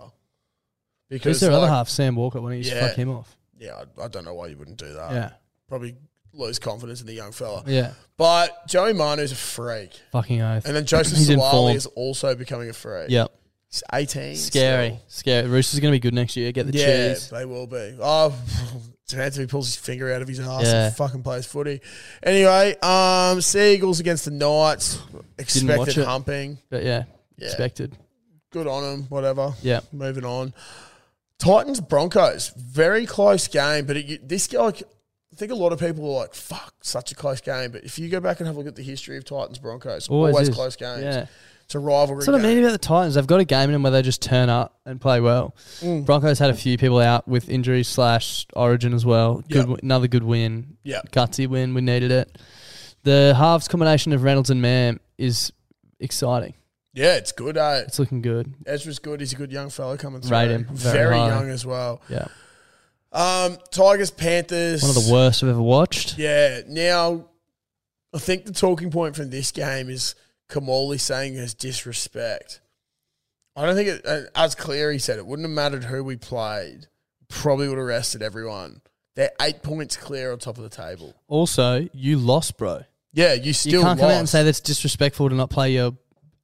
Speaker 3: Because
Speaker 1: Who's their other
Speaker 3: like,
Speaker 1: half? Sam Walker. Why don't you just
Speaker 3: Yeah. Uh,
Speaker 1: fuck him off?
Speaker 3: Yeah, I, I don't know why you wouldn't do that.
Speaker 1: yeah.
Speaker 3: Probably lose confidence in the young fella.
Speaker 1: Yeah.
Speaker 3: But Joey Manu's a freak.
Speaker 1: Fucking oath.
Speaker 3: And then Joseph
Speaker 1: He's in
Speaker 3: Solali
Speaker 1: form.
Speaker 3: is also becoming a freak.
Speaker 1: Yep.
Speaker 3: He's 18.
Speaker 1: Scary. Scary. Roosters going to be good next year. Get the
Speaker 3: still. Yeah,
Speaker 1: cheese.
Speaker 3: they will be. Oh, depends if he pulls his finger out of his ass
Speaker 1: Yeah.
Speaker 3: and fucking plays footy. Anyway, um, Seagulls against the Knights.
Speaker 1: watch
Speaker 3: Expected
Speaker 1: it.
Speaker 3: humping.
Speaker 1: But yeah,
Speaker 3: Yeah.
Speaker 1: expected.
Speaker 3: Good on him, whatever.
Speaker 1: Yeah.
Speaker 3: Moving on. Titans Broncos. Very close game, but it, this guy, like, I think a lot of people were like, fuck, such a close game. But if you go back and have a look at the history of Titans Broncos, always,
Speaker 1: is.
Speaker 3: close games.
Speaker 1: Yeah.
Speaker 3: It's a rivalry.
Speaker 1: That's what I
Speaker 3: game.
Speaker 1: mean about the Titans. They've got a game in them where they just turn up and play well.
Speaker 3: Mm.
Speaker 1: Broncos had a few people out with injuries slash origin as well. Good,
Speaker 3: Yep.
Speaker 1: w- Another good win.
Speaker 3: Yep.
Speaker 1: Gutsy win. We needed it. The halves combination of Reynolds and Mam is exciting.
Speaker 3: Yeah, it's good. Eh?
Speaker 1: It's looking good.
Speaker 3: Ezra's good. He's a good young fellow coming through.
Speaker 1: Rate him very
Speaker 3: Very,
Speaker 1: high.
Speaker 3: young as well.
Speaker 1: Yeah.
Speaker 3: Um, Tigers, Panthers.
Speaker 1: One of the worst I've ever watched.
Speaker 3: Yeah. Now, I think the talking point from this game is Kamali saying his disrespect. I don't think it, uh, as Cleary said, it wouldn't have mattered who we played. Probably would have rested everyone. They're eight points clear on top of the table.
Speaker 1: Also, you lost, bro.
Speaker 3: Yeah, you still
Speaker 1: you can't come out and
Speaker 3: lost.
Speaker 1: say that's disrespectful to not play your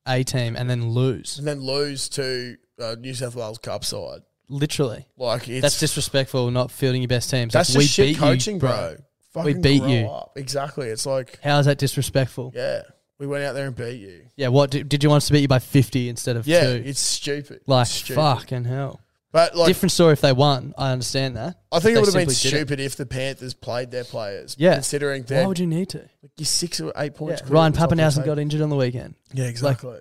Speaker 1: A team and then lose.
Speaker 3: and then lose to uh, New South Wales Cup side.
Speaker 1: Literally.
Speaker 3: Like it's
Speaker 1: that's disrespectful, not fielding your best teams.
Speaker 3: That's
Speaker 1: Like,
Speaker 3: just
Speaker 1: we
Speaker 3: shit
Speaker 1: beat you,
Speaker 3: coaching, bro. Fucking
Speaker 1: beat
Speaker 3: grow
Speaker 1: you.
Speaker 3: Up. Exactly. It's like,
Speaker 1: How is that disrespectful? Yeah.
Speaker 3: yeah, we went out there and beat you.
Speaker 1: what did, did you want us to beat you by fifty instead of
Speaker 3: Yeah,
Speaker 1: two?
Speaker 3: it's stupid.
Speaker 1: like
Speaker 3: It's stupid.
Speaker 1: fucking hell.
Speaker 3: But like,
Speaker 1: Different story if they won. I understand that.
Speaker 3: I
Speaker 1: They
Speaker 3: think it would have been
Speaker 1: simply did it.
Speaker 3: stupid if the Panthers played their players.
Speaker 1: Yeah.
Speaker 3: considering
Speaker 1: Why
Speaker 3: they're
Speaker 1: would you need to?
Speaker 3: like, you're six or eight
Speaker 1: Yeah.
Speaker 3: points. clear
Speaker 1: Ryan
Speaker 3: at the top of the
Speaker 1: Pappenhausen got
Speaker 3: table.
Speaker 1: injured on the weekend.
Speaker 3: Yeah, exactly.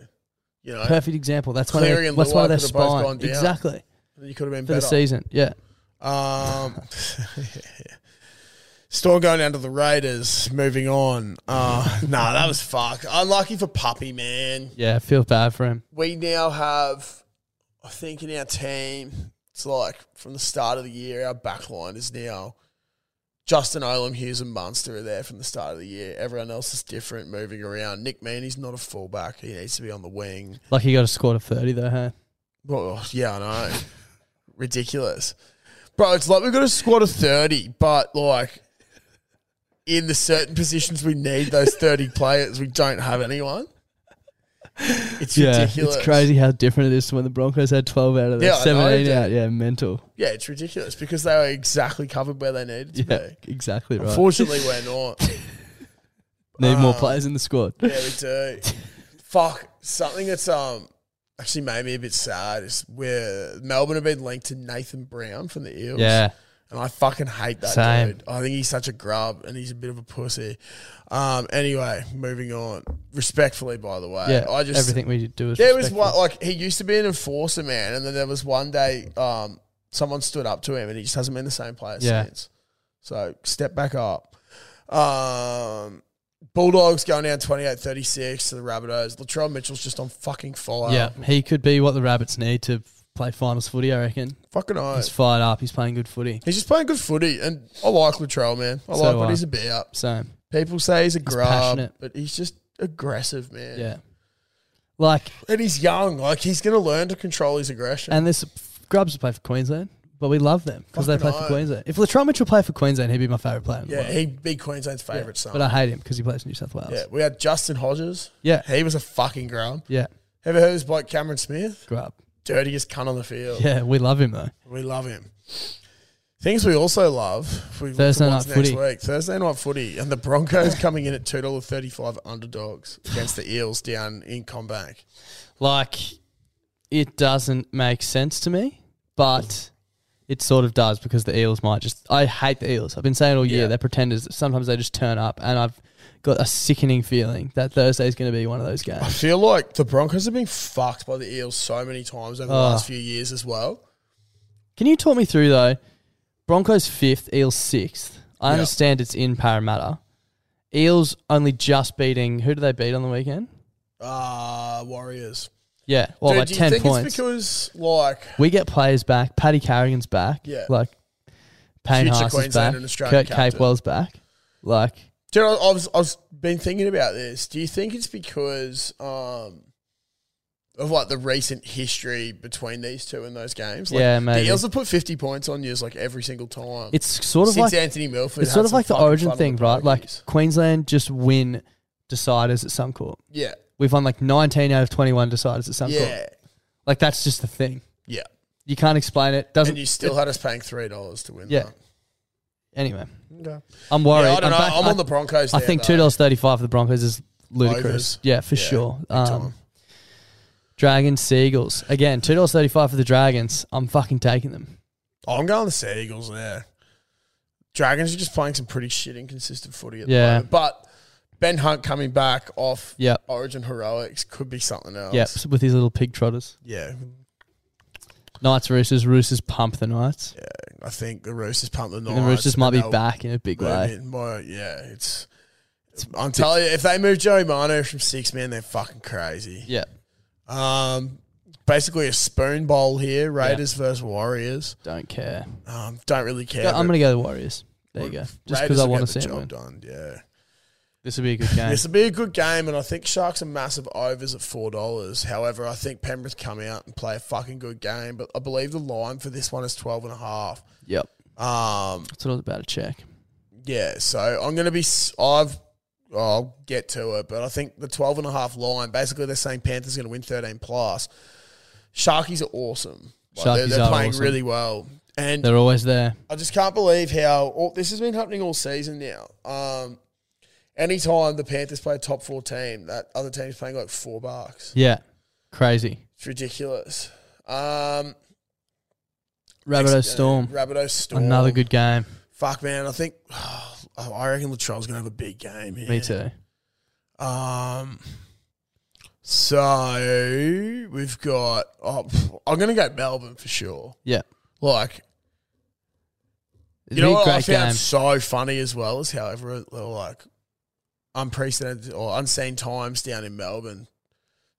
Speaker 3: You know,
Speaker 1: Perfect example. That's one of
Speaker 3: Cleary
Speaker 1: their,
Speaker 3: and
Speaker 1: that's one
Speaker 3: Luai
Speaker 1: of their
Speaker 3: could've both
Speaker 1: spine.
Speaker 3: gone down
Speaker 1: Exactly
Speaker 3: you could have been
Speaker 1: for the
Speaker 3: better.
Speaker 1: season. Yeah,
Speaker 3: Um, Storm going down to the Raiders. Moving on. Uh, nah, that was fucked. Unlucky for Puppy, man.
Speaker 1: yeah. I feel bad for him.
Speaker 3: we now have, I think, in our team, it's like from the start of the year, our back line is now Justin Olam, Hughes, and Munster are there from the start of the year. Everyone else is different, moving around. Nick Meaney's not a fullback. He needs to be on the wing.
Speaker 1: Like he got a squad of thirty though. Huh?
Speaker 3: Well, yeah, I know. Ridiculous. Bro, it's like we've got a squad of 30, but like in the certain positions we need those 30 players, we don't have anyone. It's ridiculous.
Speaker 1: it's crazy how different it is to when the Broncos had twelve out of
Speaker 3: Yeah,
Speaker 1: there,
Speaker 3: I know,
Speaker 1: seventeen
Speaker 3: dude.
Speaker 1: out. Yeah, mental.
Speaker 3: Yeah, it's ridiculous because they were exactly covered where they needed to
Speaker 1: Yeah,
Speaker 3: be.
Speaker 1: exactly right.
Speaker 3: Unfortunately, we're not. Ah.
Speaker 1: Need more players in the squad.
Speaker 3: Yeah, we do. Fuck, something that's um actually made me a bit sad is where Melbourne have been linked to Nathan Brown from the Eels.
Speaker 1: Yeah.
Speaker 3: And I fucking hate that
Speaker 1: Same.
Speaker 3: dude. I think he's such a grub and he's a bit of a pussy. Um, anyway, moving on. Respectfully, by the way.
Speaker 1: Yeah,
Speaker 3: I just
Speaker 1: everything we do is
Speaker 3: there was
Speaker 1: respectful.
Speaker 3: one like he used to be an enforcer man, and then there was one day um, someone stood up to him, and he just hasn't been the same player
Speaker 1: Yeah.
Speaker 3: since. So step back up. Um, Bulldogs going down 28-36 to the Rabbitohs. Latrell Mitchell's just on fucking fire.
Speaker 1: Yeah, he could be what the Rabbits need to play finals footy. I reckon
Speaker 3: fucking
Speaker 1: he's
Speaker 3: eyes.
Speaker 1: fired up. He's playing good footy.
Speaker 3: He's just playing good footy, and I like Latrell, man. I
Speaker 1: So
Speaker 3: like what
Speaker 1: do I.
Speaker 3: he's about.
Speaker 1: So
Speaker 3: People say he's a grub,
Speaker 1: passionate.
Speaker 3: but he's just aggressive, man.
Speaker 1: yeah, like
Speaker 3: and he's young. Like he's gonna learn to control his aggression.
Speaker 1: and this Grubs play for Queensland, but we love them because they
Speaker 3: Fucking
Speaker 1: play for
Speaker 3: oath.
Speaker 1: Queensland. If Latrell Mitchell played for Queensland, he'd be my favourite player. in the
Speaker 3: yeah,
Speaker 1: world.
Speaker 3: he'd be Queensland's favourite son.
Speaker 1: but I hate him because he plays for New South Wales.
Speaker 3: Yeah, we had Justin Hodges.
Speaker 1: Yeah.
Speaker 3: He was a fucking grub.
Speaker 1: yeah,
Speaker 3: Ever heard of this bloke, Cameron Smith?
Speaker 1: Grub.
Speaker 3: Dirtiest cunt on the field.
Speaker 1: Yeah, we love him though.
Speaker 3: We love him. Things we also love. if We look at
Speaker 1: Thursday
Speaker 3: ones
Speaker 1: night
Speaker 3: next
Speaker 1: footy.
Speaker 3: Week, Thursday night footy. And the Broncos coming in at $2.35 underdogs against the Eels down in Combank.
Speaker 1: Like, it doesn't make sense to me, but it sort of does because the Eels might just. I hate the Eels. I've been saying all year
Speaker 3: Yeah.
Speaker 1: they're pretenders. Sometimes they just turn up, and I've got a sickening feeling that Thursday's going to be one of those
Speaker 3: I
Speaker 1: games.
Speaker 3: feel like the Broncos have been fucked by the Eels so many times over the
Speaker 1: Ah.
Speaker 3: last few years as well.
Speaker 1: Can you talk me through though? Broncos fifth, Eels sixth. I
Speaker 3: Yeah.
Speaker 1: understand it's in Parramatta. Eels only just beating. Who do they beat on the weekend?
Speaker 3: Uh, Warriors.
Speaker 1: Yeah, well,
Speaker 3: Dude,
Speaker 1: like
Speaker 3: do you
Speaker 1: ten
Speaker 3: think
Speaker 1: points.
Speaker 3: it's because, like,
Speaker 1: we get players back. Paddy Carrigan's back.
Speaker 3: Yeah.
Speaker 1: Like Payne
Speaker 3: Future
Speaker 1: Haas is
Speaker 3: Queensland
Speaker 1: back.
Speaker 3: and Australian
Speaker 1: Kurt
Speaker 3: captain.
Speaker 1: Capewell's back. Like
Speaker 3: Dude, I I was I was been thinking about this. Do you think it's because um, of like the recent history between these two in those games? Like,
Speaker 1: Yeah, maybe.
Speaker 3: The Eels have put fifty points on you like every single time.
Speaker 1: it's sort of
Speaker 3: since
Speaker 1: like
Speaker 3: Anthony Milford.
Speaker 1: it's
Speaker 3: had
Speaker 1: sort of
Speaker 3: some
Speaker 1: like the
Speaker 3: fucking
Speaker 1: origin
Speaker 3: fun
Speaker 1: thing,
Speaker 3: with the
Speaker 1: right? Like
Speaker 3: Broncos.
Speaker 1: Queensland just win deciders at Suncorp.
Speaker 3: yeah,
Speaker 1: We've won like 19 out of 21 deciders at Suncorp.
Speaker 3: yeah,
Speaker 1: Like that's just the thing.
Speaker 3: yeah.
Speaker 1: You can't explain it. Doesn't
Speaker 3: And you still had us paying three dollars to win.
Speaker 1: Yeah.
Speaker 3: that.
Speaker 1: anyway.
Speaker 3: Okay.
Speaker 1: I'm worried.
Speaker 3: Yeah, I don't know.
Speaker 1: back-
Speaker 3: I'm on the Broncos.
Speaker 1: I
Speaker 3: there,
Speaker 1: think
Speaker 3: though.
Speaker 1: two dollars thirty five for the Broncos is ludicrous.
Speaker 3: Overs.
Speaker 1: Yeah, for
Speaker 3: Yeah,
Speaker 1: sure.
Speaker 3: big
Speaker 1: Um,
Speaker 3: time.
Speaker 1: Dragons, Seagulls. Again, two dollars thirty five for the Dragons. I'm fucking taking them.
Speaker 3: I'm going the Seagulls there. Dragons are just playing some pretty shit inconsistent footy at
Speaker 1: Yeah.
Speaker 3: the moment. But Ben Hunt coming back off
Speaker 1: Yep.
Speaker 3: Origin heroics could be something else.
Speaker 1: Yep, with his little pig trotters.
Speaker 3: Yeah.
Speaker 1: Knights, Roosters, Roosters pump the Knights.
Speaker 3: I think the Roosters pumped the Knights.
Speaker 1: and the Roosters might be
Speaker 3: they'll
Speaker 1: back in a big
Speaker 3: move
Speaker 1: way.
Speaker 3: it more. yeah, it's. I'm telling you, if they move Joey Mano from six man, they're fucking crazy.
Speaker 1: Yeah,
Speaker 3: Um, basically a spoon bowl here. Raiders versus Warriors.
Speaker 1: don't care.
Speaker 3: Um, don't really care.
Speaker 1: Yeah, I'm
Speaker 3: but
Speaker 1: gonna go the Warriors. There you go. Just because
Speaker 3: Raiders
Speaker 1: I
Speaker 3: will
Speaker 1: want
Speaker 3: get
Speaker 1: to
Speaker 3: the
Speaker 1: see them
Speaker 3: job
Speaker 1: win.
Speaker 3: done. Yeah.
Speaker 1: This would be a good game.
Speaker 3: This will be a good game, and I think Sharks are massive overs at four dollars. However, I think Penrith come out and play a fucking good game, but I believe the line for this one is twelve and a half.
Speaker 1: yep,
Speaker 3: Um,
Speaker 1: that's what I was about to check.
Speaker 3: yeah, so I'm gonna be. s- I've. I'll get to it, but I think the twelve and a half line. Basically, they're saying Panthers going to win thirteen plus. Sharkies are awesome. they're
Speaker 1: Sharkies
Speaker 3: they're
Speaker 1: are
Speaker 3: playing
Speaker 1: awesome.
Speaker 3: really well, and
Speaker 1: They're always there.
Speaker 3: I just can't believe how all, this has been happening all season now. Um, anytime the Panthers play a top four team, that other team's paying like four bucks.
Speaker 1: Yeah, crazy.
Speaker 3: It's ridiculous. Um,
Speaker 1: Rabbitoh
Speaker 3: next-
Speaker 1: Storm.
Speaker 3: uh, Rabbitoh Storm.
Speaker 1: Another good game.
Speaker 3: Fuck, man. I think I reckon Latrell's gonna have a big game here.
Speaker 1: Me too.
Speaker 3: Um, so we've got. Oh, pff, I'm gonna go Melbourne for sure.
Speaker 1: Yeah.
Speaker 3: Like
Speaker 1: It'd
Speaker 3: you know
Speaker 1: be a
Speaker 3: what I
Speaker 1: great
Speaker 3: found
Speaker 1: game.
Speaker 3: so funny as well is however they were like unprecedented or unseen times down in Melbourne.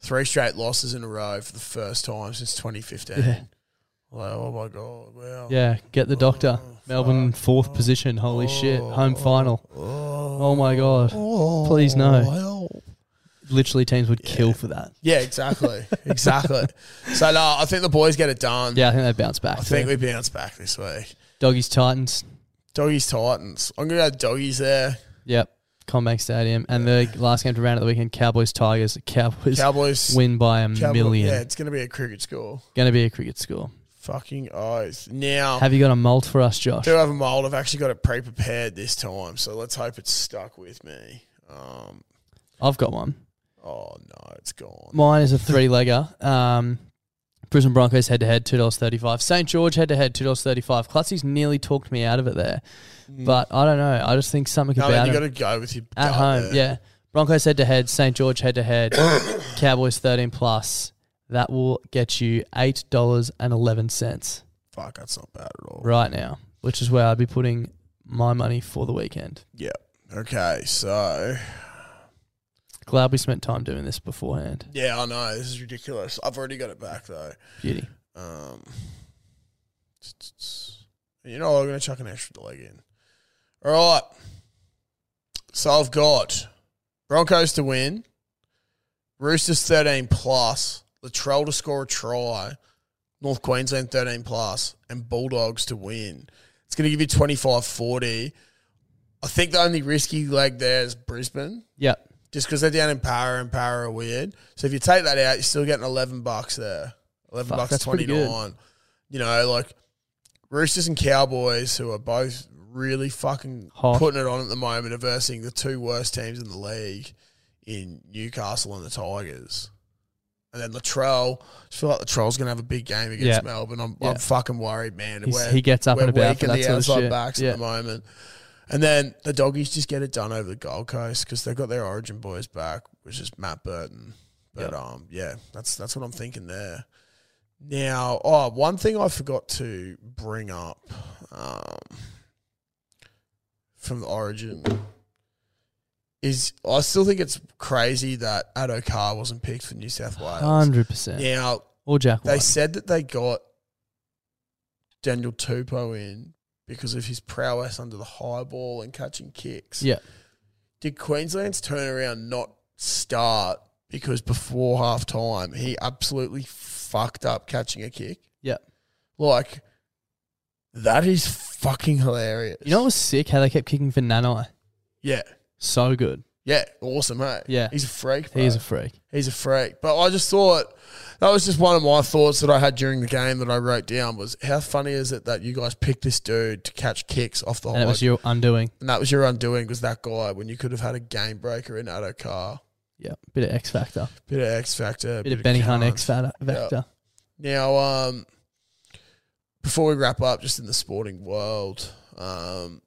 Speaker 3: Three straight losses in a row for the first time since 2015.
Speaker 1: Yeah.
Speaker 3: Like, oh my god! Wow.
Speaker 1: Yeah, get the doctor. Melbourne fourth position. Holy shit. Home final.
Speaker 3: Oh,
Speaker 1: Oh my god. Please no.
Speaker 3: Wow.
Speaker 1: Literally teams would kill for that.
Speaker 3: Yeah, exactly, exactly. so no, I think the boys get it done.
Speaker 1: Yeah, I think they bounce back.
Speaker 3: I
Speaker 1: too.
Speaker 3: think we bounce back this week.
Speaker 1: Doggies Titans.
Speaker 3: Doggies Titans. I'm gonna go doggies there.
Speaker 1: Yep. Combank Stadium. And the last game to round out the weekend, Cowboys Tigers. Cowboys
Speaker 3: Cowboys
Speaker 1: win by a
Speaker 3: Cowboy-
Speaker 1: million.
Speaker 3: Yeah, it's gonna be a cricket score.
Speaker 1: Gonna be a cricket score.
Speaker 3: Fucking oath. Now
Speaker 1: Have you got a mold for us, Josh?
Speaker 3: do have a mold. I've actually got it pre-prepared this time, so let's hope it's stuck with me. Um,
Speaker 1: I've got one.
Speaker 3: Oh no, it's gone.
Speaker 1: Mine is a three legger. Um, Brisbane Broncos head to head, two dollars thirty five. St George head to head, two dollars thirty five. Clutzy's nearly talked me out of it there, but I don't know. I just think something
Speaker 3: Mm. no,
Speaker 1: about
Speaker 3: man, you
Speaker 1: it
Speaker 3: got to go with your
Speaker 1: at
Speaker 3: gut
Speaker 1: home.
Speaker 3: there.
Speaker 1: Yeah, Broncos head to head, St George head to head, Cowboys thirteen plus. That will get you eight dollars and eleven cents
Speaker 3: Fuck, that's not bad at all.
Speaker 1: right now, which is where I'd be putting my money for the weekend.
Speaker 3: Yeah. Okay, so
Speaker 1: Glad we spent time doing this beforehand.
Speaker 3: yeah, I know this is ridiculous. I've already got it back though.
Speaker 1: Beauty.
Speaker 3: Um, you know, I'm going to chuck an extra leg in. All right. So I've got Broncos to win, Roosters 13 plus, Latrell to score a try, North Queensland 13 plus, and Bulldogs to win. It's going to give you 25 40. I think the only risky leg there is Brisbane
Speaker 1: Yep.
Speaker 3: just because they're down in power and power are weird. So if you take that out, you're still getting eleven bucks there. Eleven
Speaker 1: Fuck,
Speaker 3: bucks
Speaker 1: that's
Speaker 3: twenty
Speaker 1: pretty good.
Speaker 3: nine. You know, like Roosters and Cowboys, who are both really fucking
Speaker 1: Hot.
Speaker 3: putting it on at the moment, are versing the two worst teams in the league in Newcastle and the Tigers. And then Latrell, I just feel like Latrell's going to have a big game
Speaker 1: Yeah.
Speaker 3: against Melbourne. I'm,
Speaker 1: Yeah.
Speaker 3: I'm fucking worried, man.
Speaker 1: He's- he gets up
Speaker 3: we're
Speaker 1: and about
Speaker 3: weak
Speaker 1: for
Speaker 3: in
Speaker 1: that
Speaker 3: the
Speaker 1: sort of
Speaker 3: outside
Speaker 1: shit.
Speaker 3: backs
Speaker 1: Yeah.
Speaker 3: at the moment. And then the doggies just get it done over the Gold Coast because they've got their Origin boys back, which is Matt Burton. But um, yeah, that's that's what I'm thinking there. Now, oh, one thing I forgot to bring up um, from the Origin is I still think it's crazy that Addo Carr wasn't picked for New South Wales.
Speaker 1: Hundred percent.
Speaker 3: Now,
Speaker 1: Or Jack
Speaker 3: Uh, they
Speaker 1: White.
Speaker 3: said that they got Daniel Tupou in because of his prowess under the high ball and catching kicks.
Speaker 1: Yeah.
Speaker 3: Did Queensland's turnaround not start because before half time he absolutely fucked up catching a kick?
Speaker 1: Yep.
Speaker 3: Like that is fucking hilarious.
Speaker 1: You know what was sick? How they kept kicking for Nanai.
Speaker 3: Yeah.
Speaker 1: So good.
Speaker 3: Yeah. Awesome, hey.
Speaker 1: Yeah.
Speaker 3: He's a freak.
Speaker 1: He is
Speaker 3: bro.
Speaker 1: a freak.
Speaker 3: He's a freak. But I just thought that was just one of my thoughts that I had during the game that I wrote down was how funny is it that you guys picked this dude to catch kicks off the
Speaker 1: And it
Speaker 3: high
Speaker 1: was your undoing.
Speaker 3: and that was your undoing was that guy when you could have had a game breaker in Addo Car.
Speaker 1: Yeah. Bit of X Factor.
Speaker 3: Bit of X Factor.
Speaker 1: Bit, of Benny Hunt
Speaker 3: cunt.
Speaker 1: X Factor. Vector.
Speaker 3: Now, um, before we wrap up, just in the sporting world, um,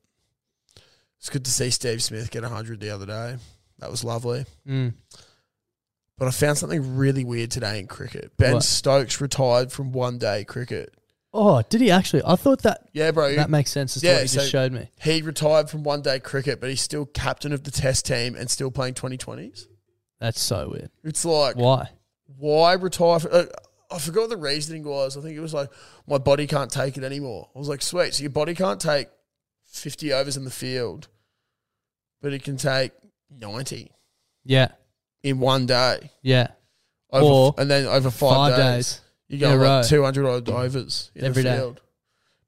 Speaker 3: it's good to see Steve Smith get 100 the other day. That was lovely.
Speaker 1: Mm.
Speaker 3: But I found something really weird today in cricket. Ben
Speaker 1: What?
Speaker 3: Stokes retired from one day cricket.
Speaker 1: Oh, did he actually? I thought that
Speaker 3: Yeah, bro.
Speaker 1: that makes sense as to
Speaker 3: Yeah,
Speaker 1: what you
Speaker 3: so-
Speaker 1: just showed me.
Speaker 3: he retired from one day cricket, but he's still captain of the test team and still playing 2020s.
Speaker 1: That's so weird.
Speaker 3: It's like,
Speaker 1: Why?
Speaker 3: why retire? From, uh, I forgot what the reasoning was. I think it was like, my body can't take it anymore. I was like, sweet. So your body can't take 50 overs in the field, but it can take 90
Speaker 1: Yeah.
Speaker 3: in one day.
Speaker 1: Yeah.
Speaker 3: Over,
Speaker 1: Or
Speaker 3: and then over five,
Speaker 1: Five,
Speaker 3: days.
Speaker 1: days.
Speaker 3: You
Speaker 1: in
Speaker 3: go
Speaker 1: a row.
Speaker 3: like 200 odd overs in
Speaker 1: Every
Speaker 3: the
Speaker 1: day.
Speaker 3: field.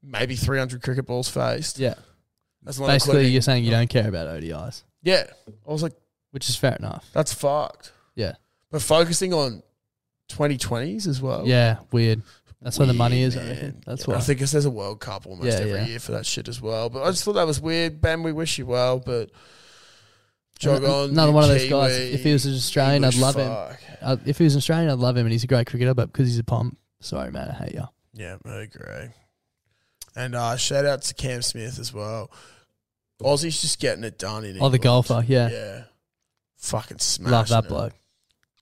Speaker 3: Maybe 300 cricket balls faced.
Speaker 1: Yeah.
Speaker 3: That's not
Speaker 1: Basically,
Speaker 3: including-
Speaker 1: you're saying you don't care about ODIs,
Speaker 3: Yeah. I was like,
Speaker 1: which is fair enough.
Speaker 3: that's fucked.
Speaker 1: Yeah.
Speaker 3: But focusing on 2020s as well.
Speaker 1: Yeah. Weird. That's where the money
Speaker 3: Oh. Weird,
Speaker 1: is. I
Speaker 3: man.
Speaker 1: reckon. That's
Speaker 3: yeah,
Speaker 1: why.
Speaker 3: I think 'cause there's a World Cup almost
Speaker 1: Yeah,
Speaker 3: every
Speaker 1: yeah.
Speaker 3: year for that shit as well. But I just thought that was weird. Ben, we wish you well, but jog
Speaker 1: An-
Speaker 3: on.
Speaker 1: another
Speaker 3: you
Speaker 1: one of those guys.
Speaker 3: Kiwi,
Speaker 1: If he was an Australian, I'd love him.
Speaker 3: him.
Speaker 1: Uh, if he was an Australian, I'd love him, and he's a great cricketer. But because he's a pump, sorry, man, I hate you.
Speaker 3: Yeah, I agree. And uh, shout out to Cam Smith as well. Aussie's just getting it done in
Speaker 1: Oh, the
Speaker 3: England.
Speaker 1: golfer. Yeah.
Speaker 3: Yeah. Fucking smash.
Speaker 1: Love that bloke.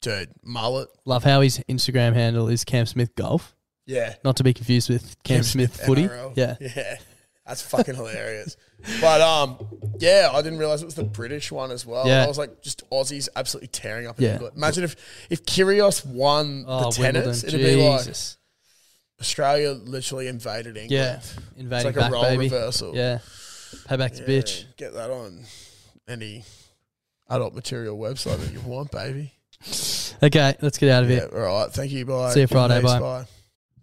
Speaker 3: Dude, mullet.
Speaker 1: Love how his Instagram handle is Cam Smith Golf,
Speaker 3: Yeah.
Speaker 1: not to be confused with Cam, Smith, Footy.
Speaker 3: NRL.
Speaker 1: Yeah.
Speaker 3: Yeah. That's fucking hilarious. But um, yeah, I didn't realize it was the British one as well.
Speaker 1: Yeah.
Speaker 3: I was like, just Aussies absolutely tearing up. in
Speaker 1: Yeah.
Speaker 3: England. Imagine if if Kyrgios won
Speaker 1: Oh,
Speaker 3: the tennis,
Speaker 1: Wimbledon.
Speaker 3: it'd be like
Speaker 1: Jesus.
Speaker 3: Australia literally invaded England.
Speaker 1: yeah, invading
Speaker 3: like a
Speaker 1: back,
Speaker 3: role
Speaker 1: baby.
Speaker 3: reversal.
Speaker 1: Yeah, payback to
Speaker 3: Yeah,
Speaker 1: bitch.
Speaker 3: Get that on any adult material website that you want, baby.
Speaker 1: Okay, let's get out of
Speaker 3: Yeah.
Speaker 1: here.
Speaker 3: All right. Thank you. Bye.
Speaker 1: See you Friday,
Speaker 3: Thanks,
Speaker 1: bye.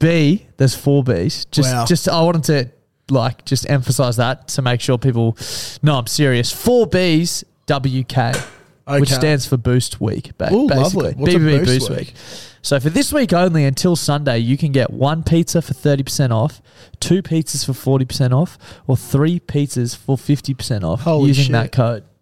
Speaker 1: B. There's four Bs. Just,
Speaker 3: Wow.
Speaker 1: just I wanted to like just emphasize that to make sure people. No, I'm serious. Four Bs. WK. Which
Speaker 3: Okay.
Speaker 1: stands for Boost Week, ba-
Speaker 3: Ooh,
Speaker 1: basically.
Speaker 3: lovely. What's a
Speaker 1: BBB
Speaker 3: Boost
Speaker 1: Boost
Speaker 3: Week?
Speaker 1: Week. So for this week only, until Sunday, you can get one pizza for thirty percent off, two pizzas for forty percent off, or three pizzas for fifty percent off
Speaker 3: Holy
Speaker 1: using
Speaker 3: shit.
Speaker 1: that code.